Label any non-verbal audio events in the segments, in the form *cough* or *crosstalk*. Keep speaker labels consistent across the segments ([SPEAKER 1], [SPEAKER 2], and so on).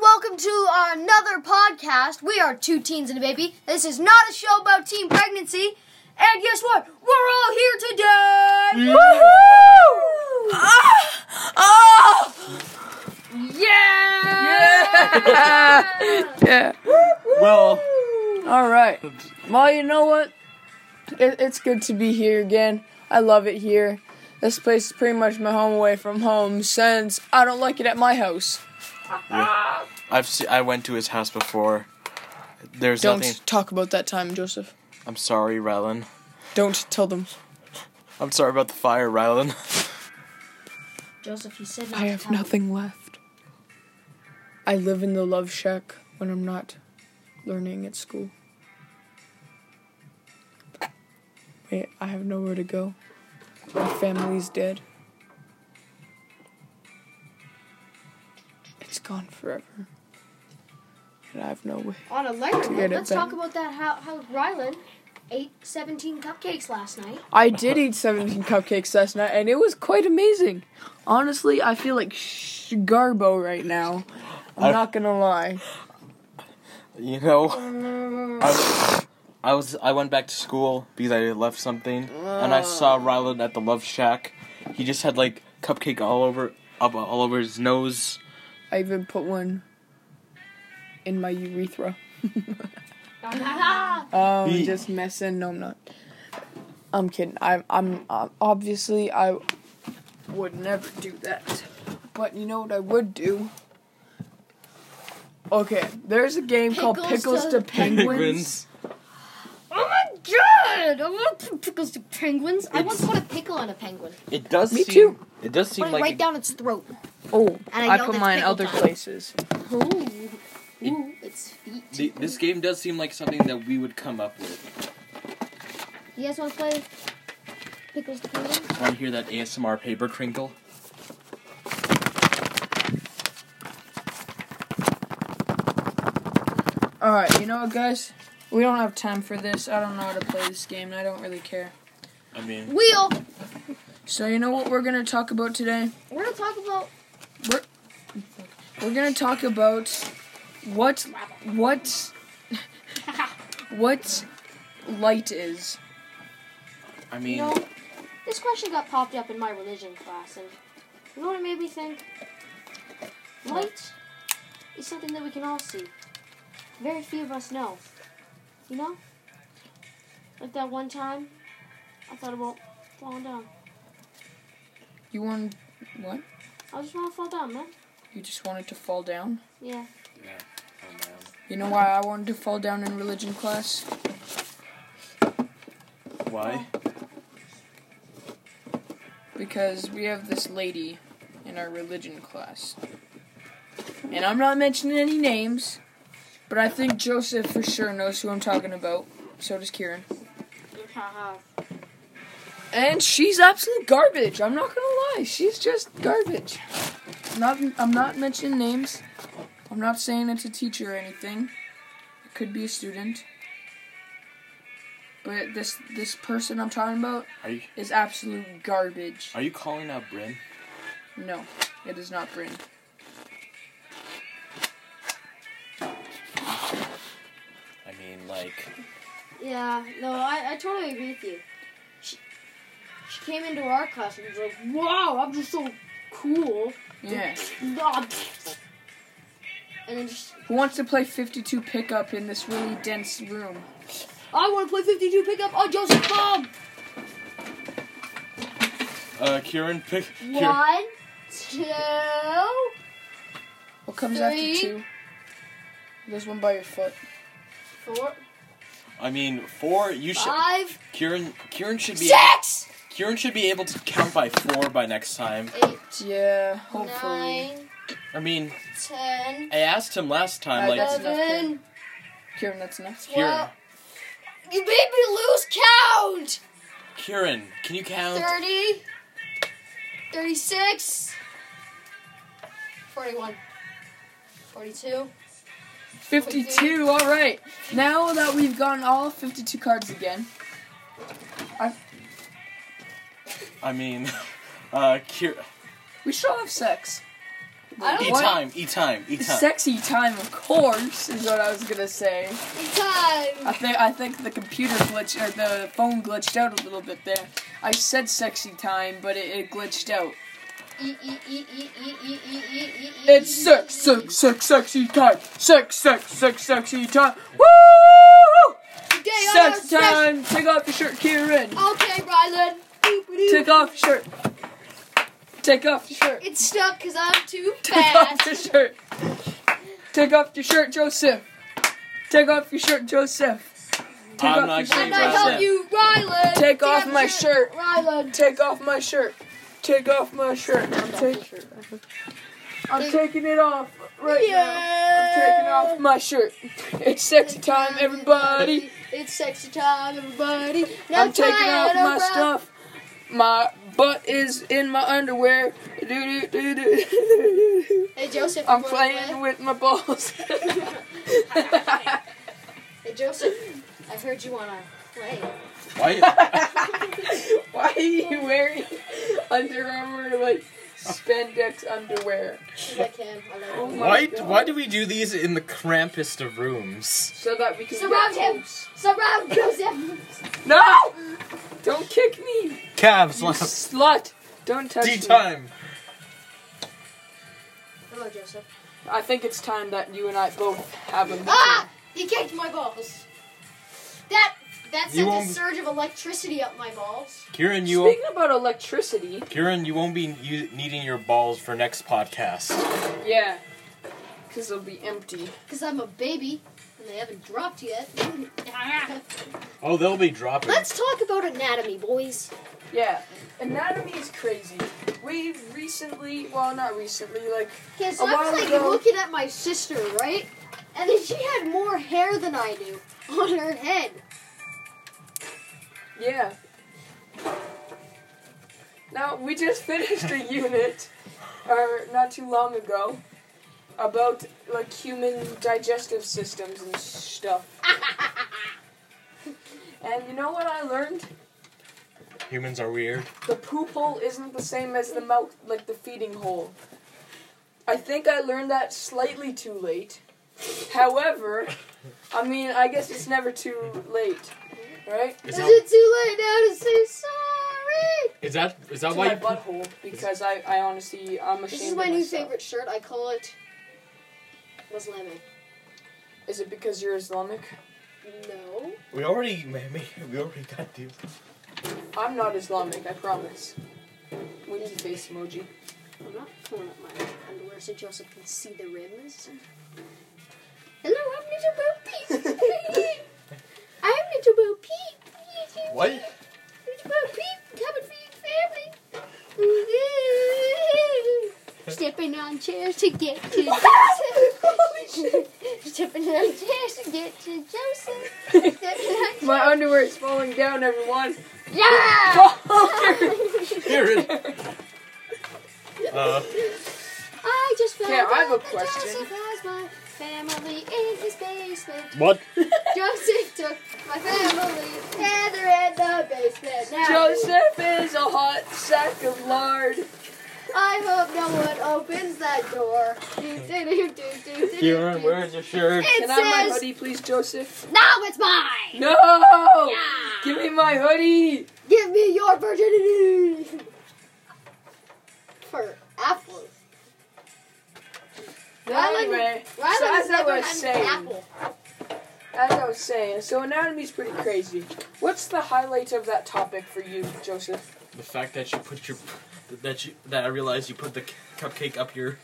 [SPEAKER 1] welcome to our another podcast. We are two teens and a baby. This is not a show about teen pregnancy. And guess what? We're all here today. Woohoo!
[SPEAKER 2] Oh!
[SPEAKER 1] Yeah!
[SPEAKER 2] Yeah.
[SPEAKER 3] Well,
[SPEAKER 2] All right. Well, you know what? It, it's good to be here again. I love it here. This place is pretty much my home away from home since I don't like it at my house.
[SPEAKER 3] I've se- I went to his house before. There's
[SPEAKER 2] Don't
[SPEAKER 3] nothing.
[SPEAKER 2] talk about that time, Joseph.
[SPEAKER 3] I'm sorry, Rylan.
[SPEAKER 2] Don't tell them.
[SPEAKER 3] I'm sorry about the fire, Rylan. *laughs*
[SPEAKER 1] Joseph, you said
[SPEAKER 2] I have nothing left. I live in the love shack when I'm not learning at school. Wait, I have nowhere to go. My family's dead. It's gone forever. And I have no way.
[SPEAKER 1] On a lighter
[SPEAKER 2] Get
[SPEAKER 1] note,
[SPEAKER 2] it
[SPEAKER 1] let's
[SPEAKER 2] back.
[SPEAKER 1] talk about that. How how Rylan ate 17 cupcakes last *laughs* night.
[SPEAKER 2] I did eat 17 cupcakes last night, and it was quite amazing. Honestly, I feel like sh- Garbo right now. I'm
[SPEAKER 3] I-
[SPEAKER 2] not gonna lie.
[SPEAKER 3] You know, I was, I was I went back to school because I left something, and I saw Rylan at the Love Shack. He just had like cupcake all over up all over his nose.
[SPEAKER 2] I even put one in my urethra.
[SPEAKER 1] Oh
[SPEAKER 2] Um,
[SPEAKER 3] Ye-
[SPEAKER 2] just messing. No, I'm not. I'm kidding. I'm. I'm. Um, obviously, I would never do that. But you know what I would do? Okay, there's a game called
[SPEAKER 1] Pickles
[SPEAKER 2] Pickles
[SPEAKER 1] to
[SPEAKER 2] to Penguins.
[SPEAKER 1] Oh my god! I want p- pickles to penguins. I once put a pickle on a penguin.
[SPEAKER 3] It does.
[SPEAKER 2] Me
[SPEAKER 3] seem,
[SPEAKER 2] too.
[SPEAKER 3] It does
[SPEAKER 1] Put
[SPEAKER 3] seem
[SPEAKER 1] it
[SPEAKER 3] like
[SPEAKER 1] right
[SPEAKER 3] it-
[SPEAKER 1] down its throat.
[SPEAKER 2] Oh,
[SPEAKER 1] And
[SPEAKER 2] I,
[SPEAKER 1] I know
[SPEAKER 2] put
[SPEAKER 1] that's
[SPEAKER 2] mine in
[SPEAKER 1] pickle
[SPEAKER 2] other
[SPEAKER 1] time.
[SPEAKER 2] places.
[SPEAKER 1] Ooh. Ooh, it's feet.
[SPEAKER 3] th- this game does seem like something that we would come up with.
[SPEAKER 1] You guys want to play pickles to penguins?
[SPEAKER 3] Want to hear that ASMR paper crinkle?
[SPEAKER 2] All right, you know what, guys? We don't have time for this. I don't know how to play this game, and I don't really care.
[SPEAKER 3] I mean,
[SPEAKER 1] Wheel.
[SPEAKER 2] So you know what we're gonna talk about today?
[SPEAKER 1] We're gonna talk about
[SPEAKER 2] We're gonna talk about what what what light is.
[SPEAKER 3] I
[SPEAKER 1] you
[SPEAKER 3] mean,
[SPEAKER 1] know. This question got popped up in my religion class, and you know what it made me think? Light is something that we can all see. Very few of us know. You know? Like that one time, I thought about falling down.
[SPEAKER 2] You want what?
[SPEAKER 1] I just want to fall down, man.
[SPEAKER 2] You just wanted to fall down.
[SPEAKER 1] Yeah.
[SPEAKER 2] You know why I wanted to fall down in religion class?
[SPEAKER 3] why?
[SPEAKER 2] Because we have this lady in our religion class, and I'm not mentioning any names, but I think Joseph for sure knows who I'm talking about. So does Kieran. And she's absolute garbage. I'm not gonna lie. She's just garbage. I'm not I'm not mentioning names. I'm not saying it's a teacher or anything. It could be a student. But this this person I'm talking about
[SPEAKER 3] Are you
[SPEAKER 2] is absolute garbage.
[SPEAKER 3] are you calling out Bryn?
[SPEAKER 2] No, it is not Bryn.
[SPEAKER 3] I mean, like.
[SPEAKER 1] Yeah, no, I, I totally agree with you. She, she came into our class and was like, wow, I'm just so cool.
[SPEAKER 2] Yeah.
[SPEAKER 1] And then just,
[SPEAKER 2] Who wants to play 52 pickup in this really dense room?
[SPEAKER 1] I want to play 52 pickup on Joseph Bob.
[SPEAKER 3] Uh, Kieran, pick. Kieran.
[SPEAKER 1] One, two.
[SPEAKER 2] What comes
[SPEAKER 1] Three.
[SPEAKER 2] after two? There's one by your foot.
[SPEAKER 1] Four,
[SPEAKER 3] I mean, four. You should.
[SPEAKER 1] five,
[SPEAKER 3] Kieran. Kieran should be.
[SPEAKER 1] six,
[SPEAKER 3] Kieran should be able to count by four by next time.
[SPEAKER 1] eight,
[SPEAKER 2] Yeah, hopefully.
[SPEAKER 1] nine,
[SPEAKER 3] I mean,
[SPEAKER 1] ten,
[SPEAKER 3] I asked him last time.
[SPEAKER 2] Uh,
[SPEAKER 3] like,
[SPEAKER 2] that's-
[SPEAKER 1] eleven,
[SPEAKER 2] Kieran, that's enough.
[SPEAKER 3] Kieran,
[SPEAKER 1] twelve. You made me lose count.
[SPEAKER 3] Kieran, can you count?
[SPEAKER 1] 30, 36, 41, 42.
[SPEAKER 2] 52, alright. Now that we've gotten all 52 cards again,
[SPEAKER 3] I mean, *laughs* uh, Kier.
[SPEAKER 2] we still have sex.
[SPEAKER 1] I don't
[SPEAKER 3] Eat
[SPEAKER 1] want
[SPEAKER 3] E time, eat time, eat time.
[SPEAKER 2] Sexy time, of course, is what I was gonna say. I
[SPEAKER 1] time.
[SPEAKER 2] think I think the computer glitch or the phone glitched out a little bit there. I said sexy time, but it, it glitched out.
[SPEAKER 1] Eat, eat, eat, eat, eat, eat, eat, eat, eat,
[SPEAKER 2] It's
[SPEAKER 1] eat,
[SPEAKER 2] sex,
[SPEAKER 1] eat, eat.
[SPEAKER 2] sex, sex, sexy time. Sex, sex, sex, sexy time. Woo!
[SPEAKER 1] Today on our
[SPEAKER 2] Sex
[SPEAKER 1] special-
[SPEAKER 2] time. Take off your shirt, Kieran.
[SPEAKER 1] Okay, Rylan. Boop-a-doo.
[SPEAKER 2] Take off your shirt. Take off your shirt.
[SPEAKER 1] It's stuck because I'm too
[SPEAKER 2] *laughs* Take off your
[SPEAKER 1] fast.
[SPEAKER 2] shirt. Take off your shirt, Joseph. Take off your shirt, Joseph. Take
[SPEAKER 3] I'm
[SPEAKER 2] off
[SPEAKER 3] not
[SPEAKER 2] your
[SPEAKER 3] gonna
[SPEAKER 1] I'm
[SPEAKER 2] shirt.
[SPEAKER 1] not
[SPEAKER 3] Rylan.
[SPEAKER 1] help you, Rylan.
[SPEAKER 2] Take off
[SPEAKER 1] your
[SPEAKER 2] my shirt.
[SPEAKER 1] Rylan.
[SPEAKER 2] Take off my shirt. Take off my shirt. I'm, taking- I'm taking it off right now. I'm taking off my shirt. It's sexy time, everybody.
[SPEAKER 1] It's sexy time, everybody. Now
[SPEAKER 2] I'm taking
[SPEAKER 1] try
[SPEAKER 2] off
[SPEAKER 1] it,
[SPEAKER 2] my
[SPEAKER 1] Oprah.
[SPEAKER 2] stuff. My butt is in my underwear. Do, do, do, do, do.
[SPEAKER 1] Hey Joseph.
[SPEAKER 2] I'm
[SPEAKER 1] you wanna
[SPEAKER 2] playing
[SPEAKER 1] play?
[SPEAKER 2] with my balls. *laughs*
[SPEAKER 1] Hey Joseph. I heard you wanna play.
[SPEAKER 3] Why?
[SPEAKER 2] Why are you wearing *laughs* Under Armour like spandex underwear?
[SPEAKER 1] I like him. I like him.
[SPEAKER 2] my
[SPEAKER 3] Why?
[SPEAKER 2] God.
[SPEAKER 3] Why do we do these in the crampest of rooms?
[SPEAKER 2] So that we can
[SPEAKER 1] Surround
[SPEAKER 2] get
[SPEAKER 1] him.
[SPEAKER 2] close.
[SPEAKER 1] Surround Joseph.
[SPEAKER 2] No! Don't kick me!
[SPEAKER 3] Calves
[SPEAKER 2] You
[SPEAKER 3] left.
[SPEAKER 2] slut! Don't touch
[SPEAKER 3] D
[SPEAKER 2] me.
[SPEAKER 3] time.
[SPEAKER 1] Hello, Joseph.
[SPEAKER 2] I think it's time that you and I both have a meeting.
[SPEAKER 1] Ah! He kicked my balls. That that
[SPEAKER 3] You
[SPEAKER 1] sent a
[SPEAKER 3] won't-
[SPEAKER 1] surge of electricity up my balls.
[SPEAKER 3] Kieran, you.
[SPEAKER 2] Speaking about electricity,
[SPEAKER 3] Kieran, you won't be u- needing your balls for next podcast.
[SPEAKER 2] yeah, because it'll be empty.
[SPEAKER 1] Cause I'm a baby and they haven't dropped yet.
[SPEAKER 3] Oh, they'll be dropping.
[SPEAKER 1] Let's talk about anatomy, boys.
[SPEAKER 2] Yeah, anatomy is crazy. We recently, well, not recently, like,
[SPEAKER 1] Okay, so
[SPEAKER 2] A
[SPEAKER 1] I
[SPEAKER 2] while
[SPEAKER 1] was like
[SPEAKER 2] ago-
[SPEAKER 1] looking at my sister, right? And then she had more hair than I do on her head.
[SPEAKER 2] yeah. Now, we just finished a unit, or not too long ago, about, like, human digestive systems and stuff. and you know what I learned?
[SPEAKER 3] Humans are weird.
[SPEAKER 2] The poop hole isn't the same as the mouth, like the feeding hole. I think I learned that slightly too late. However, I mean, I guess it's never too late, right?
[SPEAKER 1] Is
[SPEAKER 3] Is that,
[SPEAKER 1] it too late now to say sorry?
[SPEAKER 3] is that is that
[SPEAKER 2] to
[SPEAKER 3] why?
[SPEAKER 2] my
[SPEAKER 3] You put,
[SPEAKER 2] butthole because I, I honestly, I'm ashamed.
[SPEAKER 1] This is
[SPEAKER 2] of
[SPEAKER 1] my new
[SPEAKER 2] myself.
[SPEAKER 1] favorite shirt. I call it Was Lemon.
[SPEAKER 2] Is it because you're Islamic?
[SPEAKER 1] No.
[SPEAKER 3] we already ma- ma- we already got these.
[SPEAKER 2] I'm not Islamic, I promise. Winky face emoji.
[SPEAKER 1] I'm not pulling up my underwear so Joseph can see the rims. Hello, I'm
[SPEAKER 2] *laughs*
[SPEAKER 1] Little Bo Peep. I'm Little Bo Peep.
[SPEAKER 3] What?
[SPEAKER 1] Little Bo Peep, coming for your family. Stepping on chairs to get
[SPEAKER 2] *laughs*
[SPEAKER 1] to Joseph. Stepping on chairs to get to
[SPEAKER 2] *laughs*
[SPEAKER 1] Joseph. Stepping on
[SPEAKER 2] My underwear is falling down, everyone. *laughs*
[SPEAKER 1] Yeah!
[SPEAKER 2] I
[SPEAKER 3] Here it. *laughs* Uh,
[SPEAKER 1] I just found
[SPEAKER 2] Yeah, I have a
[SPEAKER 1] out that
[SPEAKER 2] question.
[SPEAKER 1] Joseph has my family in his basement.
[SPEAKER 3] what?
[SPEAKER 1] Joseph took my family and they're in the basement now.
[SPEAKER 2] Joseph is a hot sack of lard.
[SPEAKER 1] I hope no one opens that door. Do, do, do, do, do, do, do,
[SPEAKER 3] Kieran,
[SPEAKER 1] do.
[SPEAKER 3] where's your shirt?
[SPEAKER 1] It
[SPEAKER 2] Can I have my
[SPEAKER 1] says,
[SPEAKER 2] hoodie, please, Joseph?
[SPEAKER 1] now it's mine!
[SPEAKER 2] No!
[SPEAKER 1] Yeah!
[SPEAKER 2] Give me my hoodie!
[SPEAKER 1] Give me your virginity! *laughs* For apple. Rylan-
[SPEAKER 2] Anyway,
[SPEAKER 1] Rylan
[SPEAKER 2] so as
[SPEAKER 1] has
[SPEAKER 2] I
[SPEAKER 1] never
[SPEAKER 2] was
[SPEAKER 1] had an
[SPEAKER 2] saying,
[SPEAKER 1] apple.
[SPEAKER 2] as I was saying, so anatomy's pretty crazy. What's the highlight of that topic for you, Joseph?
[SPEAKER 3] The fact that you put your that you that I realized you put the c- cupcake up your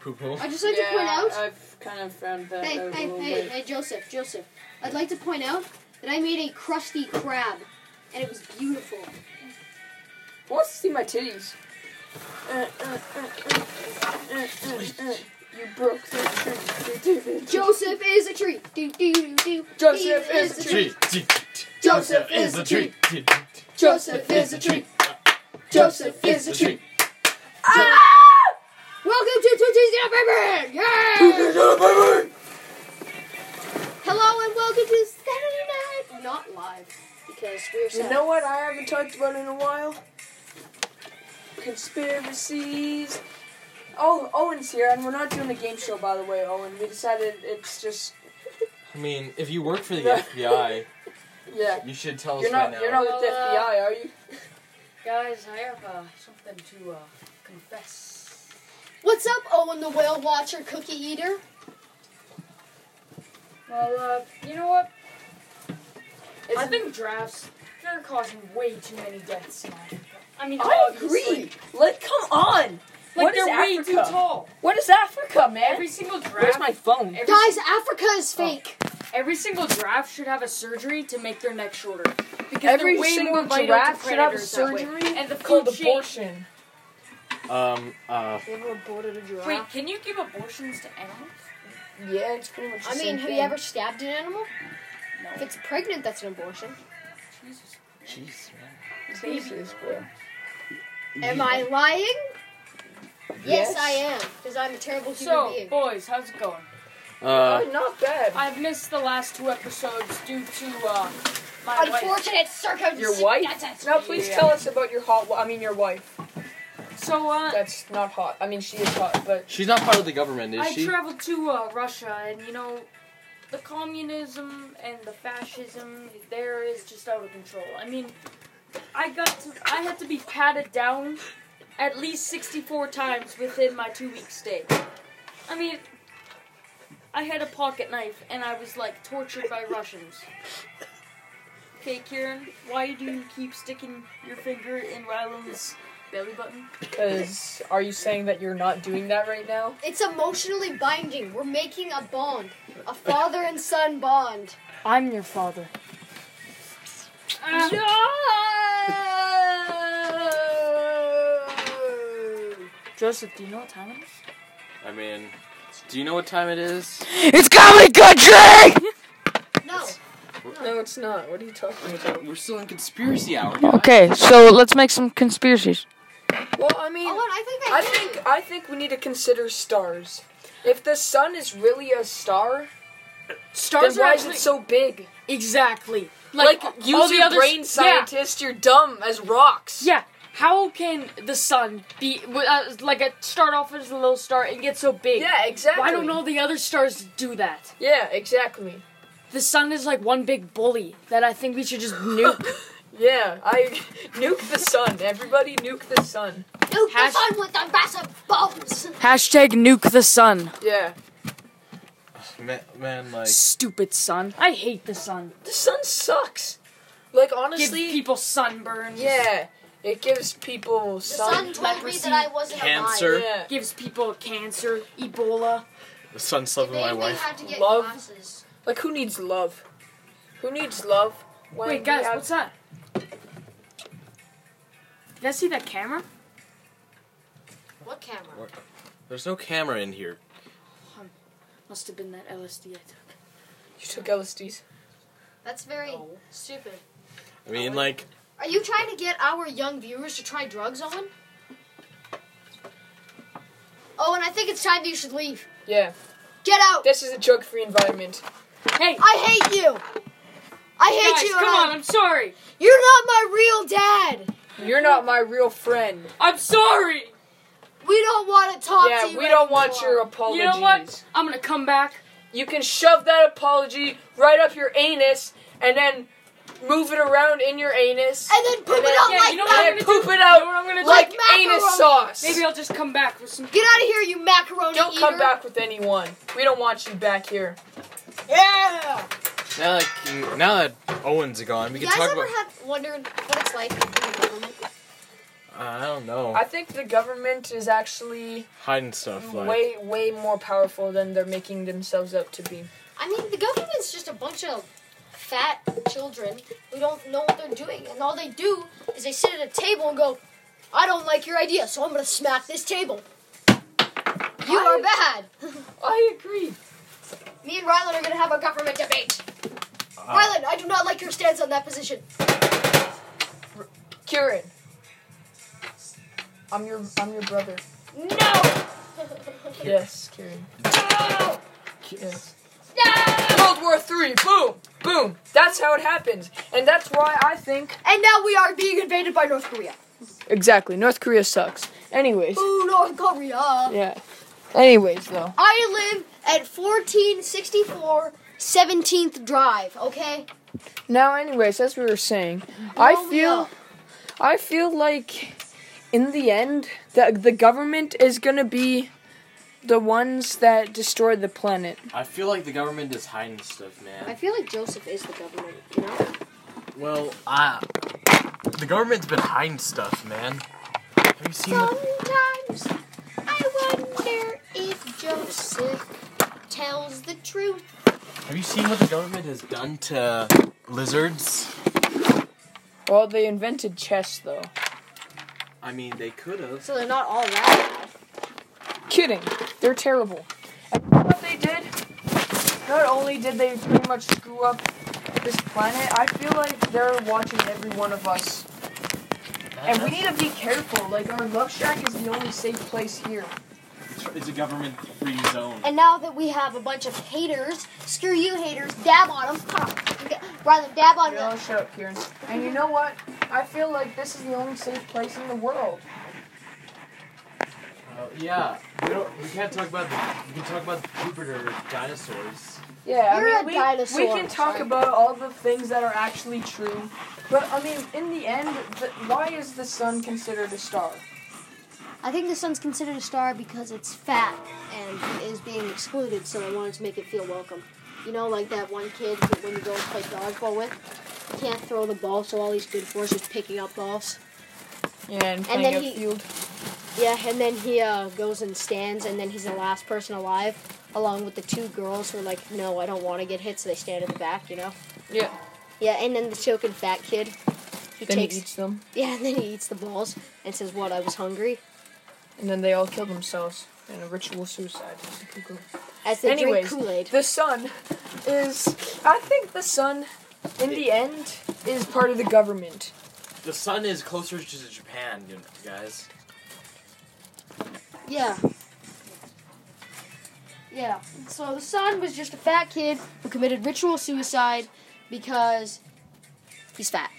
[SPEAKER 3] poop hole.
[SPEAKER 2] Uh,
[SPEAKER 1] I'd just like
[SPEAKER 2] yeah,
[SPEAKER 1] to point out
[SPEAKER 2] I've kind of found that
[SPEAKER 1] Hey,
[SPEAKER 2] out a
[SPEAKER 1] hey,
[SPEAKER 2] little
[SPEAKER 1] hey,
[SPEAKER 2] bit.
[SPEAKER 1] hey, Joseph, Joseph. I'd like to point out that I made a crusty crab, and it was beautiful.
[SPEAKER 2] Who wants to see my titties? Uh, uh, uh, uh, uh, uh, uh. You broke the tree.
[SPEAKER 1] Joseph is a tree. Do, do, do, do.
[SPEAKER 2] Joseph
[SPEAKER 1] He
[SPEAKER 2] is a tree.
[SPEAKER 1] Joseph is a tree. Joseph is a tree. Joseph is a tree.
[SPEAKER 2] Ah!
[SPEAKER 1] Welcome to Two Trees in a Paper! Yeah! Hello and welcome to Saturday Night. Not live, because we're
[SPEAKER 2] You
[SPEAKER 1] Saturday.
[SPEAKER 2] know what I haven't talked about in a while? Conspiracies. Oh, Owen's here, and we're not doing a game show, by the way, Owen. We decided it's just
[SPEAKER 3] I mean, if you work
[SPEAKER 2] *laughs*
[SPEAKER 3] for the
[SPEAKER 2] Yeah.
[SPEAKER 3] FBI,
[SPEAKER 2] yeah.
[SPEAKER 3] you should tell us
[SPEAKER 2] You're not
[SPEAKER 3] right now.
[SPEAKER 2] you're not with the FBI, are you?
[SPEAKER 4] Guys, I have uh, something to uh, confess.
[SPEAKER 1] What's up, Owen the Whale Watcher Cookie Eater?
[SPEAKER 4] Well, uh, you know what? I
[SPEAKER 2] It's-
[SPEAKER 4] think drafts, they're causing way too many deaths in Africa. I mean,
[SPEAKER 2] I
[SPEAKER 4] obviously.
[SPEAKER 2] agree. Let come on.
[SPEAKER 4] Like,
[SPEAKER 2] What is
[SPEAKER 4] they're way too
[SPEAKER 2] Africa?
[SPEAKER 4] tall.
[SPEAKER 2] What is Africa, man?
[SPEAKER 4] Every single draft.
[SPEAKER 2] Where's my phone?
[SPEAKER 4] Every,
[SPEAKER 1] Guys, Africa is
[SPEAKER 2] Oh,
[SPEAKER 1] fake.
[SPEAKER 4] every single draft should have a surgery to make their neck shorter. Because
[SPEAKER 2] Every
[SPEAKER 4] they're way
[SPEAKER 2] single
[SPEAKER 4] more vital
[SPEAKER 2] giraffe
[SPEAKER 4] to
[SPEAKER 2] should have a
[SPEAKER 4] predators that way.
[SPEAKER 2] surgery
[SPEAKER 4] and the
[SPEAKER 2] called
[SPEAKER 4] food chain-
[SPEAKER 2] abortion.
[SPEAKER 3] Um, uh,
[SPEAKER 1] They ever aborted a giraffe?
[SPEAKER 4] Wait, can you give abortions to animals?
[SPEAKER 2] Yeah, it's pretty much. The
[SPEAKER 1] I mean,
[SPEAKER 2] same
[SPEAKER 1] have
[SPEAKER 2] thing.
[SPEAKER 1] you ever stabbed an animal?
[SPEAKER 4] No.
[SPEAKER 1] If it's pregnant, that's an abortion.
[SPEAKER 4] Jesus.
[SPEAKER 3] jeez, man.
[SPEAKER 2] Jesus, bro.
[SPEAKER 1] Am I lying? Yes,
[SPEAKER 2] Yes.
[SPEAKER 1] I am, because I'm a terrible human
[SPEAKER 4] So,
[SPEAKER 1] being.
[SPEAKER 4] boys, how's it going?
[SPEAKER 3] Uh,
[SPEAKER 2] Oh, not bad.
[SPEAKER 4] I've missed the last two episodes due to uh, my wife.
[SPEAKER 1] Unfortunate circumstances.
[SPEAKER 2] Your wife? Now, please
[SPEAKER 4] Yeah.
[SPEAKER 2] tell us about your hot. I mean, your wife.
[SPEAKER 4] So uh,
[SPEAKER 2] That's not hot. I mean, she is hot, but
[SPEAKER 3] she's not part of the government, is
[SPEAKER 4] I
[SPEAKER 3] she?
[SPEAKER 4] traveled to uh, Russia, and you know, the communism and the fascism there is just out of control. I mean, I got to, I had to be patted down at least 64 times within my two week stay. I mean, I had a pocket knife, and I was like tortured by Russians. Okay, Kieran, why do you keep sticking your finger in Rylan's belly button?
[SPEAKER 2] because are you saying that you're not doing that right
[SPEAKER 4] *laughs*
[SPEAKER 2] now?
[SPEAKER 1] It's emotionally binding. We're making a bond, a father and son bond.
[SPEAKER 4] I'm your father. Joseph, do you know what time it is?
[SPEAKER 3] I mean, do you know what time it is?
[SPEAKER 2] It's comedy country.
[SPEAKER 1] No,
[SPEAKER 2] No, it's not. What are you talking about?
[SPEAKER 3] We're still in conspiracy hour.
[SPEAKER 4] Okay, so let's make some conspiracies.
[SPEAKER 2] Well, I mean,
[SPEAKER 1] Owen, I think I,
[SPEAKER 2] I think I think we need to consider stars. If the sun is really a star,
[SPEAKER 4] Stars
[SPEAKER 2] then
[SPEAKER 4] are
[SPEAKER 2] why is
[SPEAKER 4] actually
[SPEAKER 2] it so big?
[SPEAKER 4] exactly
[SPEAKER 2] Like, use
[SPEAKER 4] all the
[SPEAKER 2] your
[SPEAKER 4] others-
[SPEAKER 2] brain, scientist. You're dumb as rocks.
[SPEAKER 4] Yeah. yeah. How can the sun be w- uh, like a start off as a little star and get so big?
[SPEAKER 2] Yeah, exactly.
[SPEAKER 4] Why don't all the other stars do that?
[SPEAKER 2] Yeah, exactly.
[SPEAKER 4] The sun is like one big bully that I think we should just
[SPEAKER 2] *laughs*
[SPEAKER 4] nuke.
[SPEAKER 2] Yeah, I *laughs* nuke the sun. Everybody nuke the sun.
[SPEAKER 1] nuke
[SPEAKER 4] Hash-
[SPEAKER 1] the sun with the massive bombs.
[SPEAKER 4] Hashtag nuke the sun.
[SPEAKER 2] Yeah.
[SPEAKER 3] Man, man like,
[SPEAKER 4] Stupid sun. I hate the sun.
[SPEAKER 2] The sun sucks. Like
[SPEAKER 4] Give
[SPEAKER 2] honestly,
[SPEAKER 4] people sunburns.
[SPEAKER 2] yeah, it gives people
[SPEAKER 1] The sun
[SPEAKER 2] sun.
[SPEAKER 1] told me that I wasn't
[SPEAKER 3] Cancer.
[SPEAKER 1] alive.
[SPEAKER 2] Yeah.
[SPEAKER 4] Gives people cancer, Ebola.
[SPEAKER 3] the sun slept with
[SPEAKER 1] They
[SPEAKER 3] my
[SPEAKER 1] may
[SPEAKER 3] wife.
[SPEAKER 1] have to get
[SPEAKER 2] Love.
[SPEAKER 1] glasses.
[SPEAKER 2] Like who needs love? Who needs love? When
[SPEAKER 4] Wait,
[SPEAKER 2] we
[SPEAKER 4] guys,
[SPEAKER 2] have-
[SPEAKER 4] what's that? Did I see that camera?
[SPEAKER 1] What camera?
[SPEAKER 3] There's no camera in here.
[SPEAKER 4] Must have been that LSD I took.
[SPEAKER 2] You took LSDs.
[SPEAKER 1] That's very
[SPEAKER 4] No.
[SPEAKER 1] stupid.
[SPEAKER 3] I mean, like,
[SPEAKER 1] Are you trying to get our young viewers to try drugs, Owen? Owen, Oh, I think it's time that you should leave.
[SPEAKER 2] Yeah.
[SPEAKER 1] Get out!
[SPEAKER 2] This is a drug-free environment.
[SPEAKER 4] Hey,
[SPEAKER 1] I hate you! I hate
[SPEAKER 4] guys,
[SPEAKER 1] you!
[SPEAKER 4] come
[SPEAKER 1] and I-
[SPEAKER 4] on, I'm sorry.
[SPEAKER 1] You're not my real dad!
[SPEAKER 2] You're not my real friend.
[SPEAKER 4] I'm sorry.
[SPEAKER 1] We don't want to talk
[SPEAKER 2] yeah,
[SPEAKER 1] to you.
[SPEAKER 2] we don't want
[SPEAKER 1] anymore.
[SPEAKER 2] your apologies.
[SPEAKER 4] You know what? I'm gonna come back.
[SPEAKER 2] You can shove that apology right up your anus and then move it around in your anus.
[SPEAKER 1] And then poop it out
[SPEAKER 4] yeah,
[SPEAKER 1] like
[SPEAKER 4] you know what
[SPEAKER 1] that!
[SPEAKER 4] I'm
[SPEAKER 2] and then
[SPEAKER 4] gonna do?
[SPEAKER 2] poop it
[SPEAKER 4] You know what
[SPEAKER 2] out
[SPEAKER 4] I'm gonna do?
[SPEAKER 2] like,
[SPEAKER 1] Like macaroni.
[SPEAKER 2] anus sauce.
[SPEAKER 4] Maybe I'll just come back with some.
[SPEAKER 1] Get out of here, you macaroni
[SPEAKER 2] don't
[SPEAKER 1] eater!
[SPEAKER 2] come back with anyone. We don't want you back here.
[SPEAKER 1] Yeah!
[SPEAKER 3] now that, now that Owen's gone, we
[SPEAKER 1] You
[SPEAKER 3] can
[SPEAKER 1] guys
[SPEAKER 3] talk
[SPEAKER 1] ever
[SPEAKER 3] about.
[SPEAKER 1] have wondered what it's like in the government?
[SPEAKER 3] I don't know.
[SPEAKER 2] I think the government is actually
[SPEAKER 3] Hiding stuff, like.
[SPEAKER 2] way, way more powerful than they're making themselves out to be.
[SPEAKER 1] I mean, the government's just a bunch of fat children who don't know what they're doing, and all they do is they sit at a table and go, "I don't like your idea, so I'm gonna smack this table." You are bad.
[SPEAKER 2] I agree.
[SPEAKER 1] Me and Rylan are gonna have a government debate. Rylan, I do not like your stance on that position.
[SPEAKER 2] Kieran, I'm your, I'm your brother.
[SPEAKER 1] No.
[SPEAKER 2] Yes, Kieran.
[SPEAKER 1] No.
[SPEAKER 2] Yes.
[SPEAKER 1] No.
[SPEAKER 2] World War Three. Boom, boom. That's how it happens, and that's why I think
[SPEAKER 1] And now we are being invaded by North Korea.
[SPEAKER 2] exactly North Korea sucks, Anyways.
[SPEAKER 5] Ooh, North Korea.
[SPEAKER 2] Yeah. Anyways, though.
[SPEAKER 5] I live at 1464 17th Drive, okay?
[SPEAKER 2] Now, anyways, as we were saying, I
[SPEAKER 5] Blow me
[SPEAKER 2] feel,
[SPEAKER 5] up.
[SPEAKER 2] I feel like, in the end, that the government is gonna be the ones that destroy the planet.
[SPEAKER 3] I feel like the government is hiding stuff,
[SPEAKER 1] I
[SPEAKER 3] man.
[SPEAKER 1] feel like Joseph is the government, you know?
[SPEAKER 3] Well, ah, the government's been hiding stuff, man. Have you seen? the-
[SPEAKER 5] Sometimes I wonder if Joseph tells the truth.
[SPEAKER 3] Have you seen what the government has done to lizards?
[SPEAKER 2] Well, they invented chess, though.
[SPEAKER 3] I mean, they could have.
[SPEAKER 1] So they're not all that
[SPEAKER 2] Kidding. They're terrible. And you know what they did? Not only did they pretty much screw up this planet, I feel like they're watching every one of us. And we need to be careful. Like, our love shack is the only safe place here.
[SPEAKER 3] It's a government-free zone.
[SPEAKER 5] And now that we have a bunch of haters, screw you haters, dab on them. Rather dab on
[SPEAKER 2] No,
[SPEAKER 5] them.
[SPEAKER 2] shut up, Kieran. And you know what? I feel like this is the only safe place in the world.
[SPEAKER 3] Uh, yeah, we, don't, we can't talk about the, we can talk about Jupiter dinosaurs.
[SPEAKER 2] Yeah,
[SPEAKER 5] You're
[SPEAKER 2] I mean,
[SPEAKER 5] a
[SPEAKER 2] we,
[SPEAKER 5] dinosaur,
[SPEAKER 2] we can talk
[SPEAKER 5] sorry.
[SPEAKER 2] about all the things that are actually true, but I mean, in the end, th why is the sun considered a star?
[SPEAKER 1] I think the sun's considered a star because it's fat and is being excluded, so they wanted to make it feel welcome. You know, like that one kid that when you go and play dodgeball with, he can't throw the ball, so all he's good for is just picking up balls.
[SPEAKER 2] Yeah,
[SPEAKER 1] playing then he- Yeah, and then he uh, goes and stands, and then he's the last person alive, along with the two girls who are like, no, I don't want to get hit, so they stand in the back, you know?
[SPEAKER 2] Yeah.
[SPEAKER 1] Yeah, and then the choking fat kid, he takes,
[SPEAKER 2] them,
[SPEAKER 1] yeah, *laughs* and then he eats the balls and says, what, I was hungry?
[SPEAKER 2] and then they all kill themselves in a ritual suicide.
[SPEAKER 1] As they
[SPEAKER 2] Anyways,
[SPEAKER 1] drink Kool-Aid.
[SPEAKER 2] The sun is. I think the sun, in the end, is part of the government.
[SPEAKER 3] The sun is closer to Japan, you know, guys.
[SPEAKER 1] Yeah. Yeah. So the son was just a fat kid who committed ritual suicide because he's fat.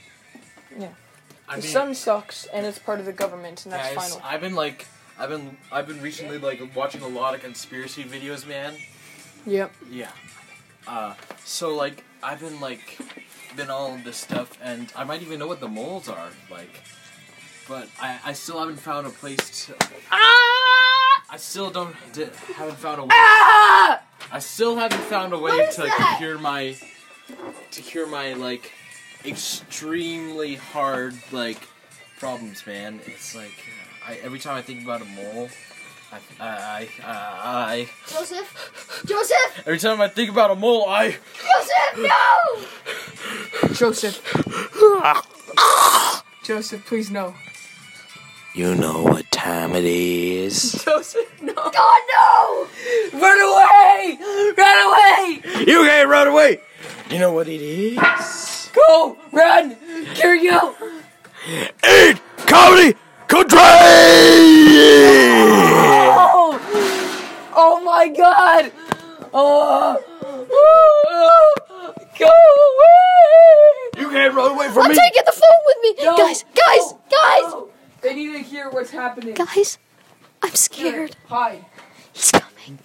[SPEAKER 3] I
[SPEAKER 2] the
[SPEAKER 3] mean,
[SPEAKER 2] sun sucks, and it's part of the government, and that's
[SPEAKER 3] guys,
[SPEAKER 2] final.
[SPEAKER 3] I've been like, I've been, I've been recently like watching a lot of conspiracy videos, man.
[SPEAKER 2] Yep.
[SPEAKER 3] Yeah. Uh, so like, I've been like, been all of this stuff, and I might even know what the moles are like. But I, I still haven't found a place to. I still don't di- haven't found a way. I still haven't found a way
[SPEAKER 5] What is
[SPEAKER 3] to
[SPEAKER 5] that?
[SPEAKER 3] cure my to cure my like extremely hard like problems, man. It's like I, every time I think about a mole, I I, I I
[SPEAKER 5] Joseph, Joseph,
[SPEAKER 3] every time I think about a mole, I
[SPEAKER 5] Joseph, no!
[SPEAKER 2] Joseph. Joseph, please no.
[SPEAKER 6] You know what time it is.
[SPEAKER 2] Joseph, no.
[SPEAKER 5] God, no!
[SPEAKER 2] Run away! Run away!
[SPEAKER 6] You can't run away. You know what it is?
[SPEAKER 2] Go! Run! Here you go!
[SPEAKER 6] Eat comedy country.
[SPEAKER 2] Oh! Oh my god! Oh! Go away!
[SPEAKER 6] You can't run away from
[SPEAKER 5] I'm taking the phone with me!
[SPEAKER 2] No.
[SPEAKER 5] Guys, guys, guys,
[SPEAKER 2] No. They need to hear what's happening.
[SPEAKER 5] guys, I'm scared.
[SPEAKER 2] Hi.
[SPEAKER 5] He's coming,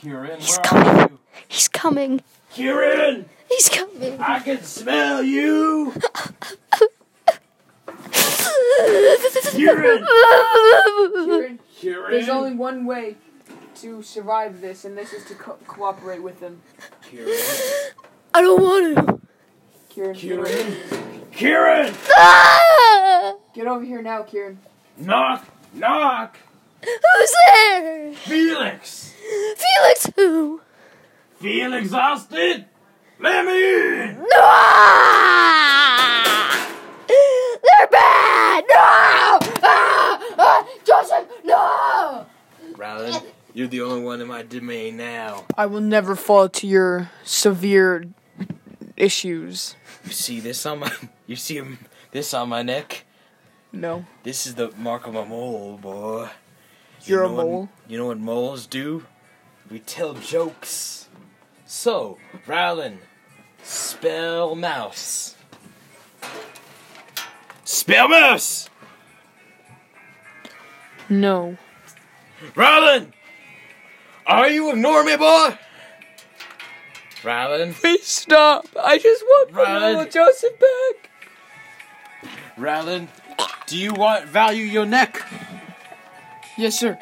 [SPEAKER 3] Kieran,
[SPEAKER 5] He's
[SPEAKER 3] where are you?
[SPEAKER 5] he's coming,
[SPEAKER 3] Kieran,
[SPEAKER 5] he's coming.
[SPEAKER 3] I can smell you. Kieran,
[SPEAKER 2] Kieran,
[SPEAKER 3] Kieran.
[SPEAKER 2] There's only one way to survive this, and this is to co- cooperate with them.
[SPEAKER 3] Kieran.
[SPEAKER 5] I don't want to.
[SPEAKER 2] Kieran,
[SPEAKER 3] Kieran. Kieran,
[SPEAKER 5] Ah!
[SPEAKER 2] get over here now, Kieran.
[SPEAKER 3] knock, knock.
[SPEAKER 5] Who's there?
[SPEAKER 3] Felix.
[SPEAKER 5] Felix, who?
[SPEAKER 3] Feel exhausted? Let me in!
[SPEAKER 5] No! They're bad! No! Ah! Ah! Joseph, no!
[SPEAKER 3] Rylan, you're the only one in my domain now.
[SPEAKER 2] I will never fall to your severe issues.
[SPEAKER 3] You see this on my *laughs* you see him this on my neck?
[SPEAKER 2] No.
[SPEAKER 3] This is the mark of a mole, boy.
[SPEAKER 2] You're a
[SPEAKER 3] know what-
[SPEAKER 2] mole?
[SPEAKER 3] you know what moles do? We tell jokes. So, Rylan, spell mouse. Spell mouse!
[SPEAKER 2] No.
[SPEAKER 3] Rylan! Are you a normie boy?
[SPEAKER 2] *laughs*
[SPEAKER 3] Rylan.
[SPEAKER 2] Please stop. I just want
[SPEAKER 3] Run.
[SPEAKER 2] Vanilla Joseph back.
[SPEAKER 3] Rylan, do you want value your neck?
[SPEAKER 2] Yes, sir.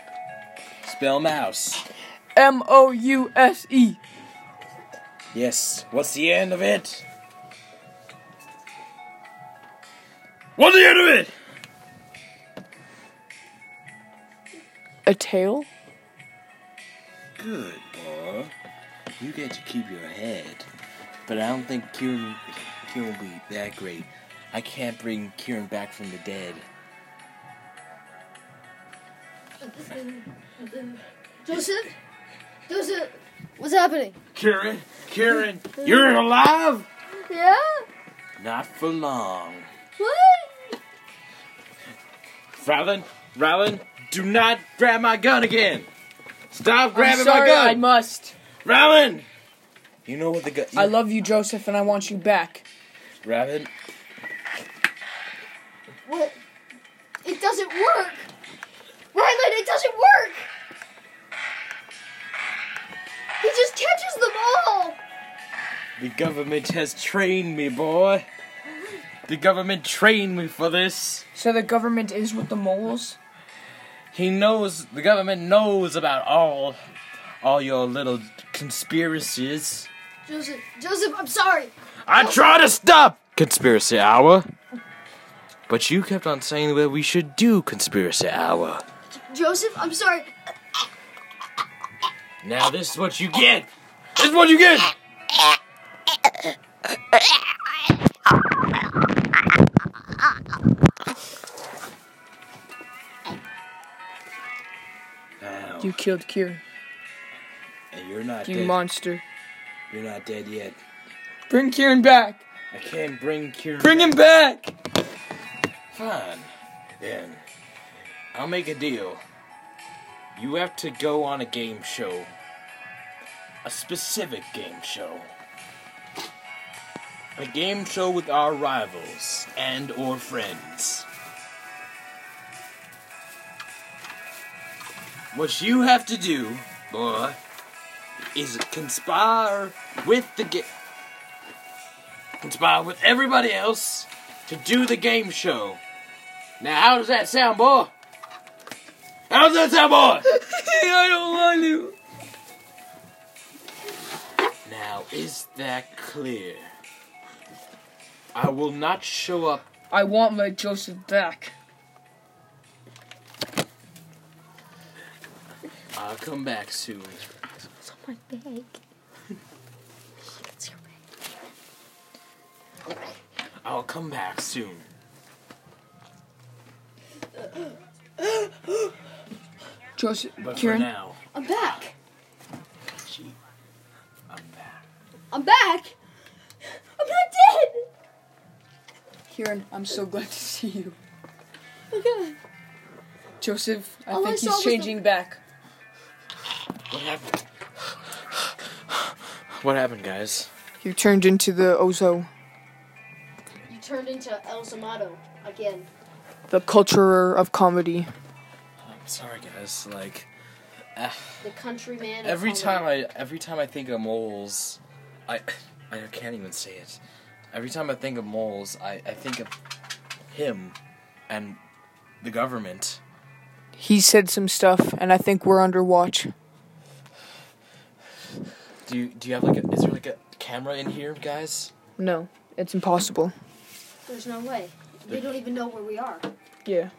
[SPEAKER 3] Spell mouse.
[SPEAKER 2] M O U S E.
[SPEAKER 3] Yes. What's the end of it? What's the end of it?
[SPEAKER 2] A tail?
[SPEAKER 3] Good boy. You get to keep your head. But I don't think Kieran, Kieran will be that great. I can't bring Kieran back from the dead.
[SPEAKER 1] Joseph? Joseph, what's happening?
[SPEAKER 3] Kieran? Kieran? You're alive?
[SPEAKER 1] Yeah?
[SPEAKER 3] Not for long.
[SPEAKER 1] What?
[SPEAKER 3] Rylan, Rylan, do not grab my gun again. Stop grabbing
[SPEAKER 2] I'm sorry,
[SPEAKER 3] my gun.
[SPEAKER 2] I must.
[SPEAKER 3] Rylan! You know what the gun.
[SPEAKER 2] I love you, Joseph, and I want you back.
[SPEAKER 3] Rylan,
[SPEAKER 1] What? It doesn't work! Rylan, it doesn't work! He just catches them all!
[SPEAKER 3] the government has trained me, boy. The government trained me for this.
[SPEAKER 2] So the government is with the moles?
[SPEAKER 3] He knows. The government knows about all, all your little conspiracies.
[SPEAKER 1] Joseph, Joseph, I'm sorry.
[SPEAKER 3] I try to stop conspiracy hour, but you kept on saying that we should do conspiracy hour.
[SPEAKER 1] Joseph, I'm sorry.
[SPEAKER 3] Now this is what you get. This is what you get. Ow.
[SPEAKER 2] You killed Kieran.
[SPEAKER 3] And you're not
[SPEAKER 2] You
[SPEAKER 3] dead.
[SPEAKER 2] monster.
[SPEAKER 3] you're not dead yet.
[SPEAKER 2] Bring Kieran back.
[SPEAKER 3] I can't bring Kieran.
[SPEAKER 2] Bring him back.
[SPEAKER 3] Fine. Then I'll make a deal. You have to go on a game show. A specific game show. A game show with our rivals and or friends. What you have to do, boy, is conspire with the game conspire with everybody else to do the game show. Now, how does that sound, boy? How does that sound, boy?
[SPEAKER 2] *laughs* I don't want to.
[SPEAKER 3] now, is that clear? I will not show up.
[SPEAKER 2] I want my Joseph back.
[SPEAKER 3] I'll come back soon.
[SPEAKER 1] My bag.
[SPEAKER 3] I'll come back soon.
[SPEAKER 2] Joseph,
[SPEAKER 3] But for
[SPEAKER 2] Kieran,
[SPEAKER 3] now,
[SPEAKER 1] I'm back.
[SPEAKER 3] I'm back.
[SPEAKER 1] I'm back. I'm not dead.
[SPEAKER 2] Kieran, I'm so glad to see you.
[SPEAKER 1] Okay.
[SPEAKER 2] Joseph, I
[SPEAKER 1] All I
[SPEAKER 2] think
[SPEAKER 1] saw
[SPEAKER 2] he's
[SPEAKER 1] was the-
[SPEAKER 2] changing back.
[SPEAKER 3] What happened? what happened, guys?
[SPEAKER 2] You turned into the Ozo,
[SPEAKER 1] You turned into El Samato again.
[SPEAKER 2] the culturer of comedy.
[SPEAKER 3] I'm sorry, guys. Like
[SPEAKER 1] The countryman. of
[SPEAKER 3] every
[SPEAKER 1] Congo.
[SPEAKER 3] time I every time I think of moles, I *laughs* I can't even say it. Every time I think of moles, I, I think of him and the government.
[SPEAKER 2] He said some stuff, and I think we're under watch.
[SPEAKER 3] Do you do you have like a is there like a camera in here, guys?
[SPEAKER 2] No, it's impossible.
[SPEAKER 1] There's no way. They don't even know where we are.
[SPEAKER 2] Yeah.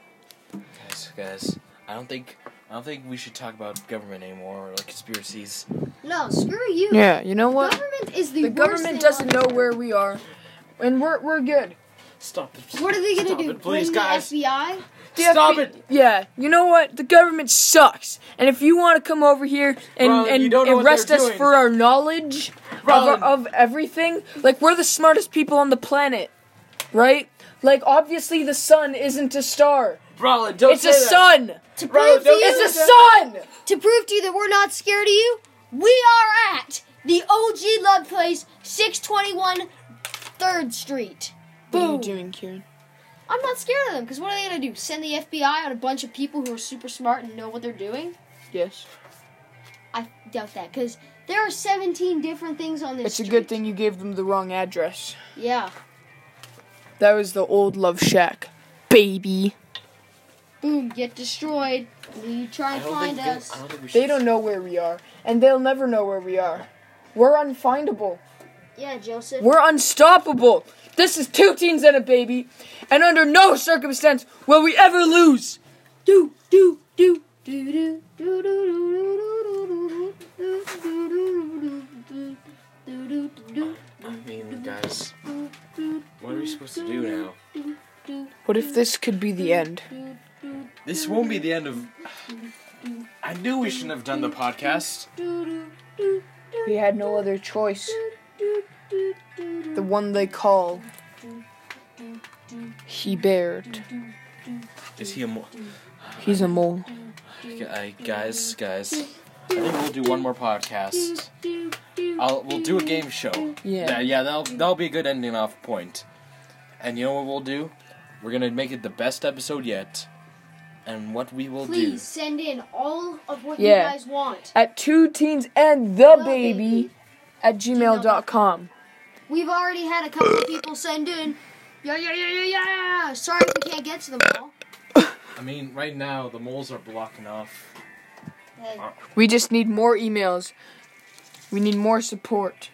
[SPEAKER 3] Guys, guys, I don't think I don't think we should talk about government anymore or like conspiracies.
[SPEAKER 1] No, screw you.
[SPEAKER 2] Yeah, you know what?
[SPEAKER 1] Government is the,
[SPEAKER 2] The
[SPEAKER 1] worst
[SPEAKER 2] government
[SPEAKER 1] thing
[SPEAKER 2] doesn't
[SPEAKER 1] on
[SPEAKER 2] know
[SPEAKER 1] earth.
[SPEAKER 2] where we are, and we're we're good.
[SPEAKER 3] Stop it.
[SPEAKER 1] What are they gonna
[SPEAKER 3] Stop
[SPEAKER 1] do?
[SPEAKER 3] it, please,
[SPEAKER 1] Bring
[SPEAKER 3] guys.
[SPEAKER 1] the FBI?
[SPEAKER 2] The
[SPEAKER 3] Stop
[SPEAKER 2] FB
[SPEAKER 3] it.
[SPEAKER 2] Yeah, you know what? The government sucks, and if you want to come over here and
[SPEAKER 3] Roland, you
[SPEAKER 2] and
[SPEAKER 3] don't know what
[SPEAKER 2] arrest
[SPEAKER 3] they're
[SPEAKER 2] us
[SPEAKER 3] doing.
[SPEAKER 2] for our knowledge of,
[SPEAKER 3] Roland.
[SPEAKER 2] our- of everything, like we're the smartest people on the planet, right? Like obviously the sun isn't a star;
[SPEAKER 3] Roland, don't
[SPEAKER 2] it's
[SPEAKER 3] say
[SPEAKER 2] a
[SPEAKER 3] that.
[SPEAKER 2] sun.
[SPEAKER 1] To
[SPEAKER 3] Bro,
[SPEAKER 1] prove to
[SPEAKER 3] don't-
[SPEAKER 1] you,
[SPEAKER 2] It's a sun.
[SPEAKER 1] to prove to you that we're not scared of you, we are at the OG Love Place, 621 3rd Street.
[SPEAKER 2] What are you doing, Kieran?
[SPEAKER 1] I'm not scared of them because what are they gonna do? Send the FBI on a bunch of people who are super smart and know what they're doing?
[SPEAKER 2] Yes.
[SPEAKER 1] I doubt that because there are 17 different things on this.
[SPEAKER 2] It's a
[SPEAKER 1] street.
[SPEAKER 2] good thing you gave them the wrong address.
[SPEAKER 1] Yeah.
[SPEAKER 2] That was the old Love Shack, baby.
[SPEAKER 1] Boom. Get destroyed. You try and find us.
[SPEAKER 2] They don't know where we are, and they'll never know where we are. We're unfindable.
[SPEAKER 1] Yeah, Joseph.
[SPEAKER 2] We're unstoppable. This is two teens and a baby, and under no circumstance will we ever lose.
[SPEAKER 1] do do do do do do do do do do do do do
[SPEAKER 3] I mean, guys, what are we supposed to do now?
[SPEAKER 2] What if this could be the end?
[SPEAKER 3] This won't be the end of. I knew we shouldn't have done the podcast.
[SPEAKER 2] We had no other choice. The one they call He Baird.
[SPEAKER 3] Is he a mo-
[SPEAKER 2] He's a mole.
[SPEAKER 3] Gu- guys, guys? I think we'll do one more podcast. I'll, we'll do a game show.
[SPEAKER 2] Yeah.
[SPEAKER 3] yeah, yeah, that'll that'll be a good ending off point. And you know what we'll do? We're gonna make it the best episode yet. And what we will
[SPEAKER 1] Please send in all of what
[SPEAKER 2] Yeah.
[SPEAKER 1] you guys want.
[SPEAKER 2] At two teens and the
[SPEAKER 1] The
[SPEAKER 2] baby
[SPEAKER 1] baby.
[SPEAKER 2] at gmail.com.
[SPEAKER 1] We've already had a couple of people send in. Yeah, yeah, yeah, yeah, yeah. Sorry if we can't get to them all.
[SPEAKER 3] do. I mean, right now the moles are blocking off.
[SPEAKER 1] Hey,
[SPEAKER 2] We just need more emails. We need more support.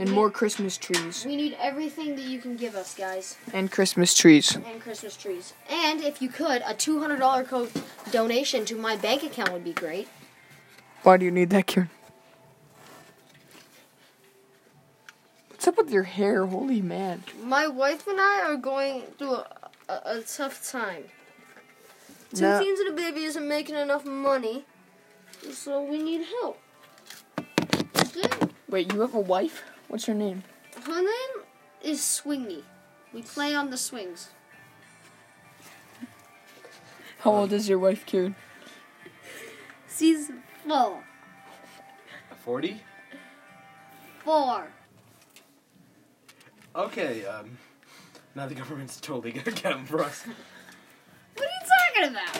[SPEAKER 2] And more Christmas trees.
[SPEAKER 1] we need everything that you can give us, guys,
[SPEAKER 2] And Christmas trees.
[SPEAKER 1] and Christmas trees. And if you could, a two hundred dollar co- donation to my bank account would be great.
[SPEAKER 2] Why do you need that, Kieran? What's up with your hair? Holy man.
[SPEAKER 1] My wife and I are going through a, a, a tough time. Two
[SPEAKER 2] No.
[SPEAKER 1] teens and a baby isn't making enough money, so we need help. Okay?
[SPEAKER 2] Wait, you have a wife? What's her name?
[SPEAKER 1] Her name is Swingy. We play on the swings.
[SPEAKER 2] How old is your wife, Kieran?
[SPEAKER 1] She's four.
[SPEAKER 3] Forty.
[SPEAKER 1] Four.
[SPEAKER 3] Okay. Um. Now the government's totally gonna get them for us.
[SPEAKER 1] What are you talking about?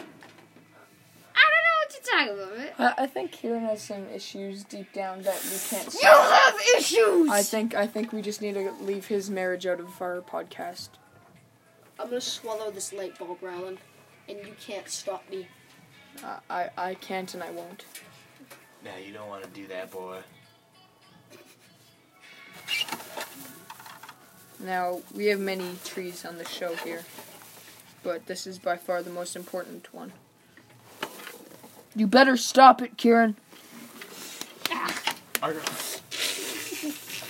[SPEAKER 1] I don't know what you're talking about. man.
[SPEAKER 2] I, I think Kieran has some issues deep down that we can't see.
[SPEAKER 1] You have issues!
[SPEAKER 2] I think I think we just need to leave his marriage out of our podcast.
[SPEAKER 1] I'm gonna swallow this light bulb, Rylan, and you can't stop me.
[SPEAKER 2] I, I, I can't and I won't.
[SPEAKER 3] Nah, you don't want to do that, boy.
[SPEAKER 2] Now we have many trees on the show here, but this is by far the most important one. You better stop it, Kieran.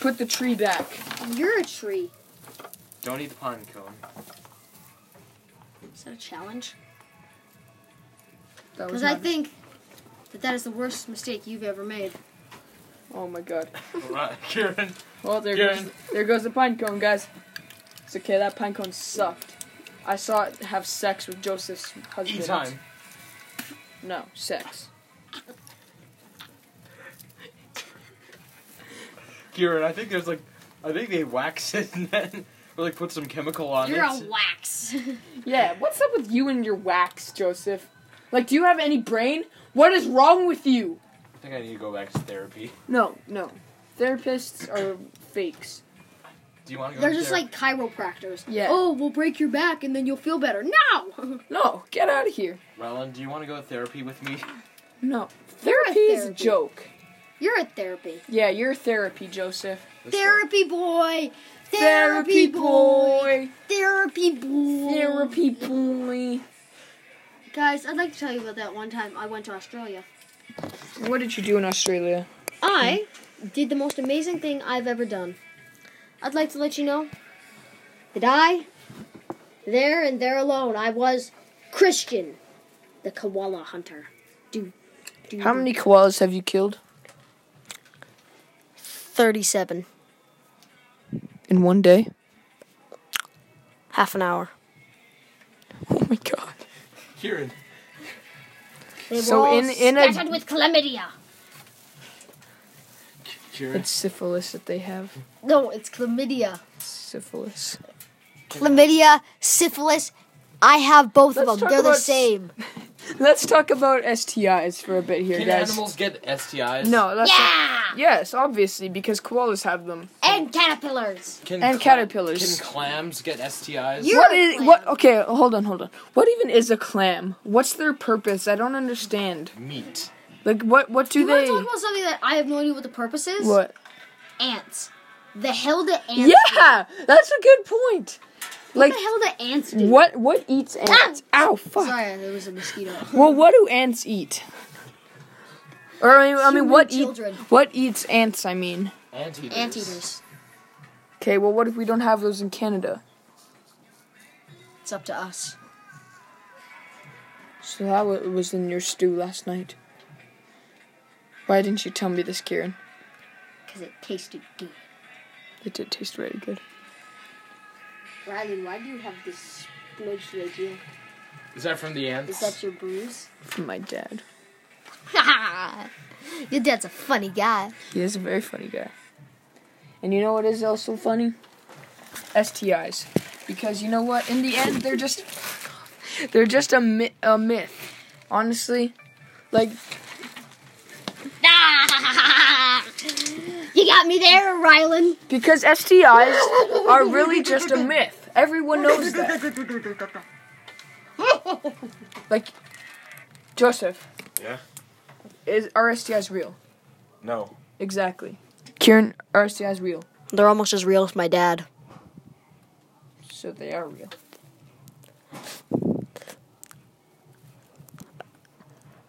[SPEAKER 2] Put the tree back.
[SPEAKER 1] You're a tree.
[SPEAKER 3] Don't eat the pine cone.
[SPEAKER 1] Is that a challenge?
[SPEAKER 2] That was
[SPEAKER 1] Because I
[SPEAKER 2] not-
[SPEAKER 1] think that that is the worst mistake you've ever made.
[SPEAKER 2] Oh my god.
[SPEAKER 3] Right, *laughs* Kieran.
[SPEAKER 2] Well, there
[SPEAKER 3] Kieran.
[SPEAKER 2] goes there goes the pine cone, guys. It's okay. That pine cone sucked. I saw it have sex with Joseph's husband.
[SPEAKER 3] Eat time.
[SPEAKER 2] No, sex.
[SPEAKER 3] Kieran, I think there's like, I think they wax *laughs* it and then, or like put some chemical on
[SPEAKER 1] You're
[SPEAKER 3] it.
[SPEAKER 1] a wax.
[SPEAKER 2] Yeah, what's up with you and your wax, Joseph? Like, do you have any brain? What is wrong with you?
[SPEAKER 3] I think I need to go back to therapy.
[SPEAKER 2] No, no. Therapists are fakes.
[SPEAKER 3] Do you want to go?
[SPEAKER 1] They're
[SPEAKER 3] to
[SPEAKER 1] just
[SPEAKER 3] therapy?
[SPEAKER 1] like chiropractors.
[SPEAKER 2] Yeah.
[SPEAKER 1] Oh, we'll break your back and then you'll feel better. No! *laughs*
[SPEAKER 2] No, get out of here.
[SPEAKER 3] Rylan, do you want to go to therapy with me?
[SPEAKER 2] No.
[SPEAKER 1] a
[SPEAKER 2] Therapy is a
[SPEAKER 1] therapy.
[SPEAKER 2] joke.
[SPEAKER 1] You're at therapy.
[SPEAKER 2] Yeah, you're therapy, Joseph.
[SPEAKER 3] This
[SPEAKER 1] Therapy boy!
[SPEAKER 2] Therapy boy.
[SPEAKER 1] Therapy boy!
[SPEAKER 2] Therapy boy.
[SPEAKER 1] Guys, I'd like to tell you about that one time I went to Australia.
[SPEAKER 2] What did you do in Australia?
[SPEAKER 1] I did the most amazing thing I've ever done. I'd like to let you know that I, there and there alone, I was Christian, the koala hunter. Do, do,
[SPEAKER 2] How many koalas have you killed?
[SPEAKER 1] 37.
[SPEAKER 2] In one day?
[SPEAKER 1] Half an hour.
[SPEAKER 2] *laughs* Oh my god.
[SPEAKER 3] one. *laughs* Kieran.
[SPEAKER 1] They were
[SPEAKER 2] So
[SPEAKER 1] all
[SPEAKER 2] in- in a-
[SPEAKER 1] scattered with chlamydia.
[SPEAKER 3] Kieran.
[SPEAKER 2] It's syphilis that they have.
[SPEAKER 1] No, it's chlamydia.
[SPEAKER 2] Syphilis.
[SPEAKER 5] chlamydia, syphilis. I have both
[SPEAKER 2] Let's
[SPEAKER 5] of them.
[SPEAKER 2] talk
[SPEAKER 5] They're the
[SPEAKER 2] about s-
[SPEAKER 5] same.
[SPEAKER 2] Let's talk about STIs for a bit here,
[SPEAKER 3] Can
[SPEAKER 2] guys.
[SPEAKER 3] animals get STIs?
[SPEAKER 2] No, that's not-
[SPEAKER 5] Yeah,
[SPEAKER 2] yes, obviously because koalas have them.
[SPEAKER 5] and caterpillars.
[SPEAKER 3] Can
[SPEAKER 2] And caterpillars.
[SPEAKER 3] Can clams get STIs?
[SPEAKER 5] You-
[SPEAKER 2] What
[SPEAKER 5] You're a
[SPEAKER 2] is what? Okay, hold on, hold on. What even is a clam? What's their purpose? I don't understand.
[SPEAKER 3] Meat.
[SPEAKER 2] Like what? What do
[SPEAKER 5] You want
[SPEAKER 2] they?
[SPEAKER 5] to talk about something that I have no idea what the purpose is?
[SPEAKER 2] What?
[SPEAKER 5] Ants. The hell do ants? do?
[SPEAKER 2] Yeah, that's a good point. Like
[SPEAKER 5] What the hell do ants do?
[SPEAKER 2] what? What eats ants? Ow! Fuck.
[SPEAKER 5] Sorry, there was a mosquito.
[SPEAKER 2] Well, what do ants eat? Or I mean, I mean
[SPEAKER 5] Human
[SPEAKER 2] what e- eat,
[SPEAKER 5] children.
[SPEAKER 2] what eats ants? I mean.
[SPEAKER 3] Anteaters.
[SPEAKER 5] Anteaters.
[SPEAKER 2] Okay, well, what if we don't have those in Canada?
[SPEAKER 5] It's up to us.
[SPEAKER 2] So that wa was in your stew last night. Why didn't you tell me this, Kieran?
[SPEAKER 5] Because it tasted good.
[SPEAKER 2] It did taste really good.
[SPEAKER 1] Riley, why do you have this smudge right here?
[SPEAKER 3] Is that from the ants?
[SPEAKER 1] Is that your bruise?
[SPEAKER 2] From my dad.
[SPEAKER 5] *laughs* Your dad's a funny guy.
[SPEAKER 2] He is a very funny guy. And you know what is also funny? STIs. Because you know what? In the end, they're just they're just a, mi- a myth. Honestly, like
[SPEAKER 5] *laughs* You got me there, Rylan.
[SPEAKER 2] because STIs are really just a myth. Everyone knows that. Like Joseph.
[SPEAKER 3] Yeah?
[SPEAKER 2] Is are STIs real?
[SPEAKER 3] no.
[SPEAKER 2] Exactly. Kieran, are STIs real?
[SPEAKER 5] They're almost as real as my dad.
[SPEAKER 2] So they are real.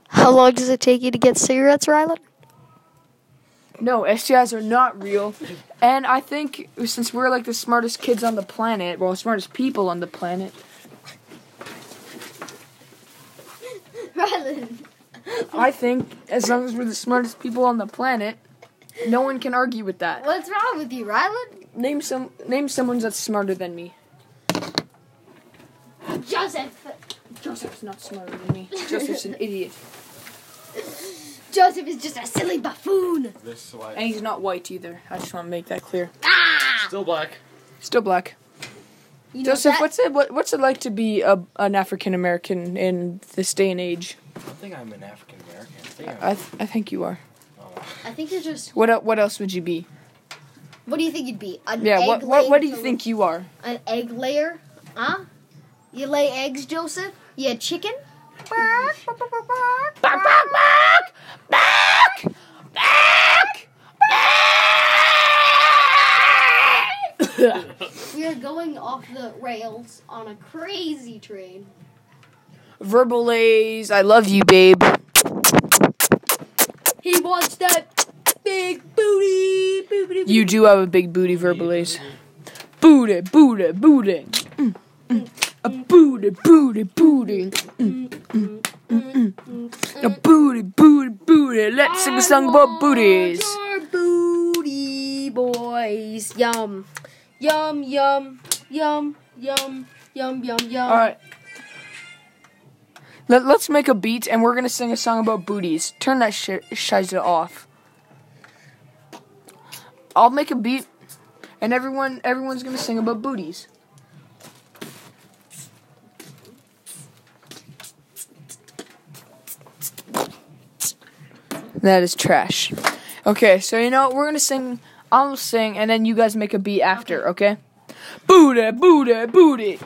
[SPEAKER 5] How long does it take you to get cigarettes, Rylan?
[SPEAKER 2] No, STIs are not real. And I think since we're like the smartest kids on the planet, well, smartest people on the planet,
[SPEAKER 5] Rylan.
[SPEAKER 2] I think as long as we're the smartest people on the planet, no one can argue with that.
[SPEAKER 5] What's wrong with you, Rylan?
[SPEAKER 2] Name some name someone that's smarter than me.
[SPEAKER 5] Joseph.
[SPEAKER 2] Joseph's not smarter than me. Joseph's an idiot.
[SPEAKER 5] Joseph is just a silly buffoon.
[SPEAKER 3] This
[SPEAKER 2] And he's not white either. I just want to make that clear.
[SPEAKER 3] Still black.
[SPEAKER 2] Still black.
[SPEAKER 5] You know
[SPEAKER 2] Joseph,
[SPEAKER 5] that-
[SPEAKER 2] what's it what, what's it like to be a, an African American in this day and age?
[SPEAKER 3] I don't think I'm an African American. I think I'm.
[SPEAKER 2] I th- I think you are.
[SPEAKER 5] I think you're just.
[SPEAKER 2] What el- what else would you be?
[SPEAKER 5] What do you think you'd be? An
[SPEAKER 2] Yeah, what,
[SPEAKER 5] egg
[SPEAKER 2] what what do you
[SPEAKER 5] laying-
[SPEAKER 2] think you are?
[SPEAKER 5] An egg layer? Huh? You lay eggs, Joseph? You a chicken? Bark, bark, bark, bark, bark.
[SPEAKER 1] We are going off the rails on a crazy train.
[SPEAKER 2] Verbal A's, I love you, babe.
[SPEAKER 5] He wants that big booty. booty, booty.
[SPEAKER 2] You do have a big booty, Verbal A's. Booty, booty, booty. Mm, mm. A booty, booty, booty. Mm, mm, mm, mm. A booty, booty, booty. Let's sing a song about booties.
[SPEAKER 5] Oh,
[SPEAKER 1] Your booty boys. Yum. Yum, yum, yum, yum, yum, yum, yum.
[SPEAKER 2] All right. Let, let's make a beat and we're gonna sing a song about booties. Turn that shit shiza off. I'll make a beat and everyone everyone's gonna sing about booties. That is trash. Okay, so you know what? we're gonna sing. I'll sing, and then you guys make a beat after. Okay. Booty, booty, booty.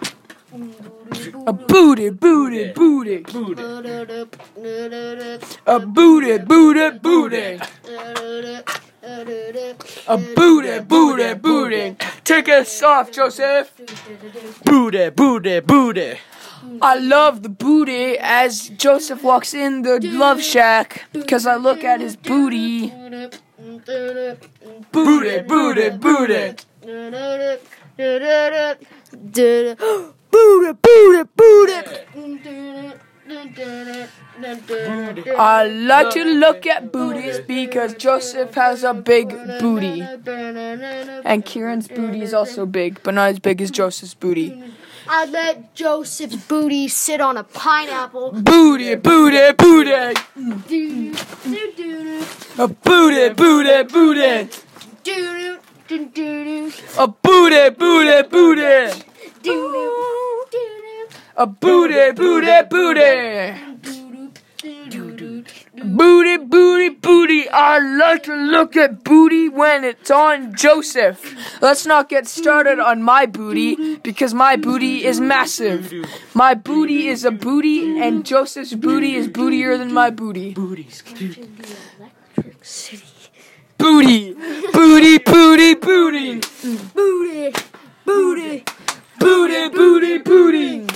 [SPEAKER 2] A booty, booty, booty.
[SPEAKER 3] Booty.
[SPEAKER 2] A booty, booty, booty. Uh, A booty, booty, booty. Take us off, Joseph.
[SPEAKER 3] Booty, booty, booty.
[SPEAKER 2] I love the booty as Joseph walks in the love shack because I look at his booty. Booty, booty, booty. Booty, booty, booty. I like to look at booties because Joseph has a big booty. And Kieran's booty is also big, but not as big as Joseph's booty.
[SPEAKER 5] I let Joseph's booty sit on a pineapple.
[SPEAKER 2] Booty, booty, booty.
[SPEAKER 5] Do do do
[SPEAKER 2] A booty, booty, booty.
[SPEAKER 5] do do do do
[SPEAKER 2] A booty, booty, booty.
[SPEAKER 1] Doo-doo. Doo-doo.
[SPEAKER 2] A booty, booty, booty. Booty, booty, booty. I like to look at booty when it's on Joseph. Let's not get started on my booty because my booty is massive. My booty is a booty, and Joseph's booty is bootier than my booty.
[SPEAKER 3] Booties.
[SPEAKER 1] Electric City.
[SPEAKER 2] Booty, booty, booty, booty.
[SPEAKER 1] Booty. Booty.
[SPEAKER 2] Booty, booty, booty.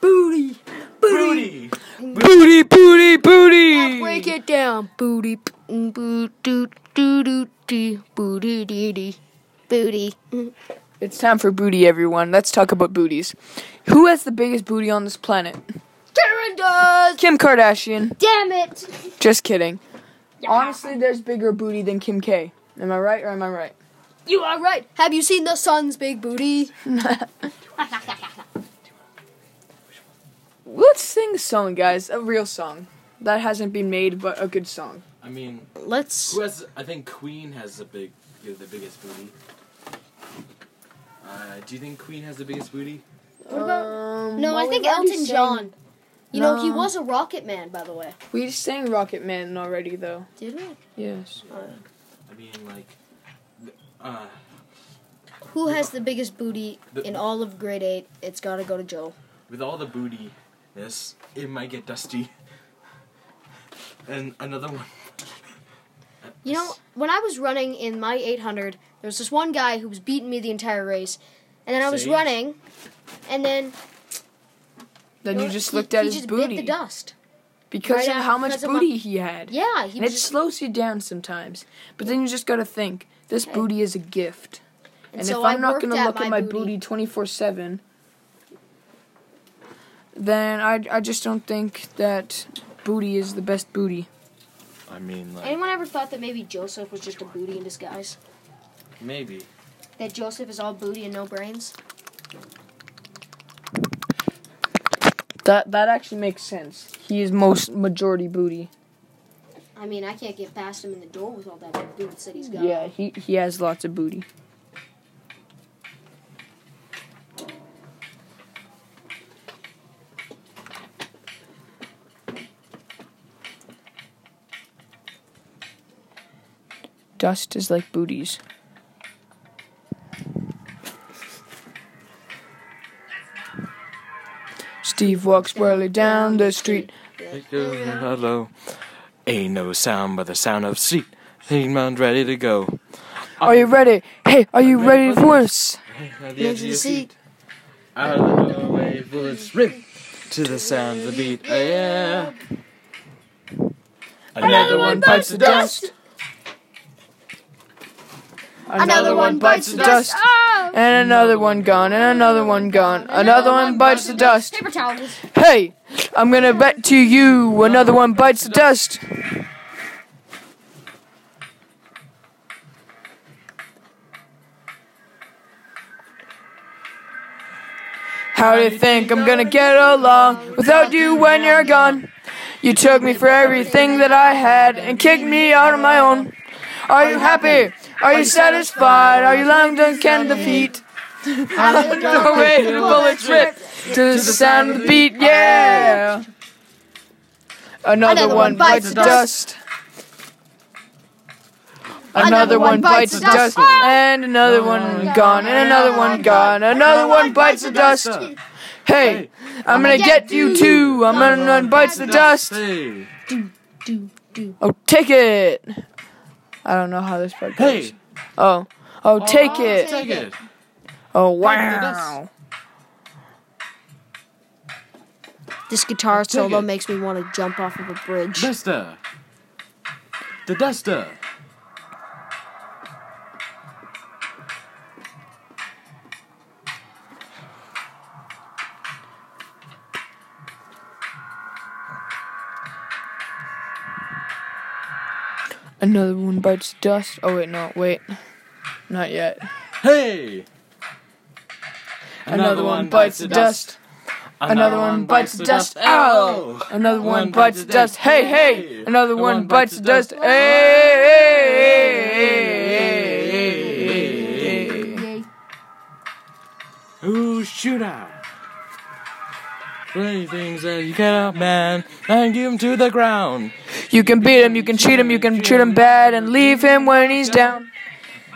[SPEAKER 1] Booty.
[SPEAKER 3] Booty.
[SPEAKER 2] Booty, booty, booty.
[SPEAKER 1] Break it down. Booty.
[SPEAKER 5] mm,
[SPEAKER 1] Booty. Booty. Booty. Booty. Booty.
[SPEAKER 2] It's time for booty, everyone. Let's talk about booties. Who has the biggest booty on this planet?
[SPEAKER 1] Karen does.
[SPEAKER 2] Kim Kardashian.
[SPEAKER 1] Damn it.
[SPEAKER 2] Just kidding. Honestly, there's bigger booty than Kim K. Am I right or am I right?
[SPEAKER 1] You are right.
[SPEAKER 5] Have you seen the sun's big booty?
[SPEAKER 2] Let's sing a song, guys. A real song. That hasn't been made, but a good song.
[SPEAKER 3] I mean,
[SPEAKER 5] Let's.
[SPEAKER 3] who has? I think Queen has the big, the biggest booty. Uh, do you think Queen has the biggest booty?
[SPEAKER 5] What about?
[SPEAKER 2] Um,
[SPEAKER 5] No, I
[SPEAKER 1] we've
[SPEAKER 5] think
[SPEAKER 1] already
[SPEAKER 5] Elton
[SPEAKER 1] sang-
[SPEAKER 5] John. You know, he
[SPEAKER 2] No.
[SPEAKER 5] was a rocket man, by the way.
[SPEAKER 2] we sang Rocket Man already, though.
[SPEAKER 5] Did we?
[SPEAKER 2] Yes.
[SPEAKER 3] I mean, like, th- uh,
[SPEAKER 5] Who has the biggest booty
[SPEAKER 3] The-
[SPEAKER 5] in all of grade 8? It's gotta go to Joe.
[SPEAKER 3] with all the bootiness, it might get dusty. And another one.
[SPEAKER 5] You know, when I was running in my 800, there was this one guy who was beating me the entire race. And then I was
[SPEAKER 3] Same.
[SPEAKER 5] running, and then.
[SPEAKER 2] Then you
[SPEAKER 5] know,
[SPEAKER 2] just
[SPEAKER 5] he-
[SPEAKER 2] looked at
[SPEAKER 5] he
[SPEAKER 2] his
[SPEAKER 5] just bit
[SPEAKER 2] booty
[SPEAKER 5] the dust.
[SPEAKER 2] because
[SPEAKER 5] right
[SPEAKER 2] of
[SPEAKER 5] out-
[SPEAKER 2] how much
[SPEAKER 5] because of my-
[SPEAKER 2] booty he had.
[SPEAKER 5] Yeah, he
[SPEAKER 2] And
[SPEAKER 5] was
[SPEAKER 2] it
[SPEAKER 5] just,
[SPEAKER 2] slows you down sometimes. But then you just gotta think this
[SPEAKER 5] Okay.
[SPEAKER 2] booty is a gift. And,
[SPEAKER 5] And so
[SPEAKER 2] if I'm
[SPEAKER 5] I
[SPEAKER 2] not
[SPEAKER 5] worked
[SPEAKER 2] gonna
[SPEAKER 5] at
[SPEAKER 2] look at my
[SPEAKER 5] my
[SPEAKER 2] booty 24 7, then I, I just don't think that booty is the best booty.
[SPEAKER 3] I mean, like,
[SPEAKER 5] Anyone ever thought that maybe Joseph was just a booty in disguise?
[SPEAKER 3] maybe.
[SPEAKER 5] That Joseph is all booty and no brains?
[SPEAKER 2] That that actually makes sense. He is most majority booty.
[SPEAKER 5] I mean, I can't get past him in the door with all that big boots that he's got.
[SPEAKER 2] Yeah, he, he has lots of booty. Dust is like booties. Steve walks burly down the street.
[SPEAKER 3] Hello. Ain't no sound but the sound of sleet. Ain't man ready to go.
[SPEAKER 2] Are you ready? Hey, are you ready for us?
[SPEAKER 3] At the edge of your seat. Out of the doorway, bullets rip to the sound of the beat. Oh, yeah. Another one bites the dust.
[SPEAKER 2] Another one bites the dust. And another one gone, and another one gone. Another one bites the dust.
[SPEAKER 1] Paper towels.
[SPEAKER 2] Hey, I'm gonna bet to you another one bites the dust. How do you think I'm gonna get along without you when you're gone? You took me for everything that I had and kicked me out on my own. Are you happy? Are you satisfied? Are you long done can defeat? I'm the way the bullets rip to the sound of the beat, yeah. Another one bites the dust. Another one bites the dust, and another one gone, and another one gone, another one bites the dust. Hey, I'm gonna get you too. I'm gonna one bites the dust.
[SPEAKER 3] Hey,
[SPEAKER 2] Oh, take it. I don't know how this part goes.
[SPEAKER 3] hey,
[SPEAKER 2] Oh, oh, take it.
[SPEAKER 3] take it.
[SPEAKER 2] Oh,
[SPEAKER 3] the dust.
[SPEAKER 2] wow.
[SPEAKER 5] This guitar
[SPEAKER 3] solo
[SPEAKER 5] solo
[SPEAKER 3] it.
[SPEAKER 5] makes me want to jump off of a bridge.
[SPEAKER 3] Duster. The duster.
[SPEAKER 2] Another one bites the dust. Oh, wait, no, wait. Not yet.
[SPEAKER 3] Hey.
[SPEAKER 2] Another one bites the dust. Another one bites the dust. Oh. Ow! Another one bites the dust. Hey, hey! Another one bites the dust. Hey, hey, hey, hey, hey, hey, hey.
[SPEAKER 3] Who shoot out? pick up man and give him to the ground.
[SPEAKER 2] You can beat him, you can cheat him, you can treat him bad, and leave him when he's down.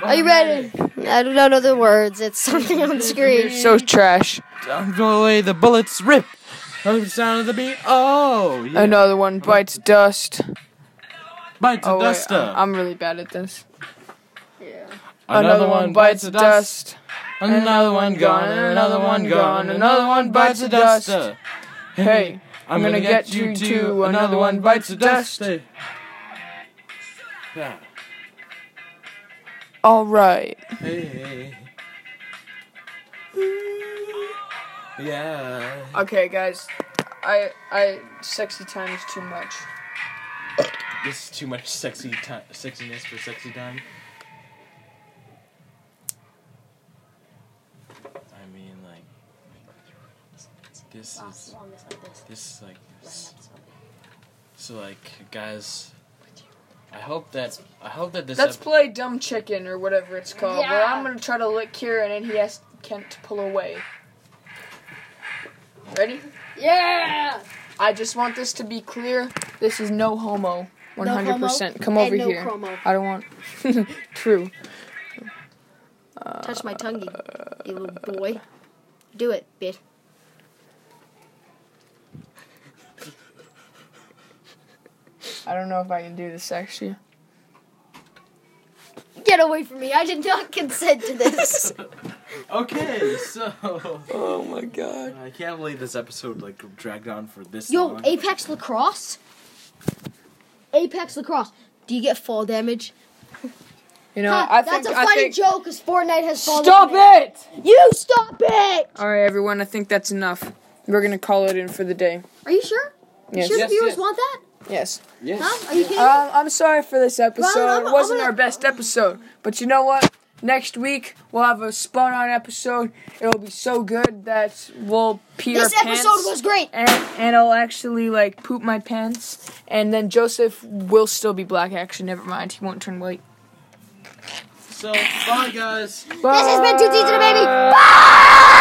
[SPEAKER 5] Are you ready? I don't know the words. It's *laughs* something on the
[SPEAKER 2] You're *laughs*
[SPEAKER 5] screen.
[SPEAKER 2] so trash.
[SPEAKER 3] Down the way the bullets rip. Heard the sound of the beat. Oh, yeah.
[SPEAKER 2] Another one bites dust.
[SPEAKER 3] bites
[SPEAKER 2] Oh,
[SPEAKER 3] of
[SPEAKER 2] wait,
[SPEAKER 3] dust.
[SPEAKER 2] I- I'm really bad at this.
[SPEAKER 3] another one bites the dust. Another one gone. Another one gone. Another one bites the dust.
[SPEAKER 2] Hey,
[SPEAKER 3] I'm gonna get you too. Another one bites the dust. Yeah.
[SPEAKER 2] alright.
[SPEAKER 3] Hey. Yeah.
[SPEAKER 2] Okay, guys. I, I, sexy time is too much.
[SPEAKER 3] This is too much sexy time, sexiness for sexy time. I mean, like, this is this is like s- so. Like, guys, I hope that I hope that this.
[SPEAKER 2] Let's
[SPEAKER 3] ep-
[SPEAKER 2] play Dumb Chicken or whatever it's called, where
[SPEAKER 5] Yeah.
[SPEAKER 2] I'm gonna try to lick Kieran and he has Kent to pull away. Ready?
[SPEAKER 5] Yeah.
[SPEAKER 2] I just want this to be clear. This is no homo.
[SPEAKER 5] No
[SPEAKER 2] 100%. Come
[SPEAKER 5] and
[SPEAKER 2] over
[SPEAKER 5] no
[SPEAKER 2] here.
[SPEAKER 5] chromo.
[SPEAKER 2] I don't want. *laughs* True.
[SPEAKER 5] Touch my tongue, you,
[SPEAKER 2] Uh,
[SPEAKER 5] you little boy. Do it, bitch.
[SPEAKER 2] I don't know if I can do this actually.
[SPEAKER 5] Get away from me. I did not consent to this.
[SPEAKER 3] okay, so *laughs*
[SPEAKER 2] Oh my god.
[SPEAKER 3] I can't believe this episode like dragged on for this
[SPEAKER 5] *laughs* Yo,
[SPEAKER 3] long.
[SPEAKER 5] Apex Lacrosse? Apex Lacrosse. Do you get fall damage?
[SPEAKER 2] You know,
[SPEAKER 5] Huh,
[SPEAKER 2] I think.
[SPEAKER 5] that's a
[SPEAKER 2] I
[SPEAKER 5] funny
[SPEAKER 2] think
[SPEAKER 5] joke because Fortnite has fall
[SPEAKER 2] Stop
[SPEAKER 5] damage.
[SPEAKER 2] it!
[SPEAKER 5] You stop it!
[SPEAKER 2] Alright, everyone, I think that's enough. We're gonna call it in for the day.
[SPEAKER 5] Are you sure? You
[SPEAKER 2] Yes.
[SPEAKER 5] sure the
[SPEAKER 3] Yes,
[SPEAKER 5] viewers
[SPEAKER 3] yes.
[SPEAKER 5] want that?
[SPEAKER 2] Yes.
[SPEAKER 3] yes.
[SPEAKER 5] Huh? Are you kidding? me?
[SPEAKER 2] Um, I'm sorry for this episode.
[SPEAKER 5] Well, I'm-
[SPEAKER 2] it wasn't
[SPEAKER 5] I'm
[SPEAKER 2] our
[SPEAKER 5] gonna-
[SPEAKER 2] best episode, but you know what? Next week we'll have a spun on episode. It'll be so good that we'll pee
[SPEAKER 5] this
[SPEAKER 2] our pants.
[SPEAKER 5] episode was great.
[SPEAKER 2] and, and I'll actually like poop my pants, and then Joseph will still be black. Actually, never mind. He won't turn white.
[SPEAKER 3] So, bye, guys.
[SPEAKER 5] This has been Too Deep to the Baby. Bye!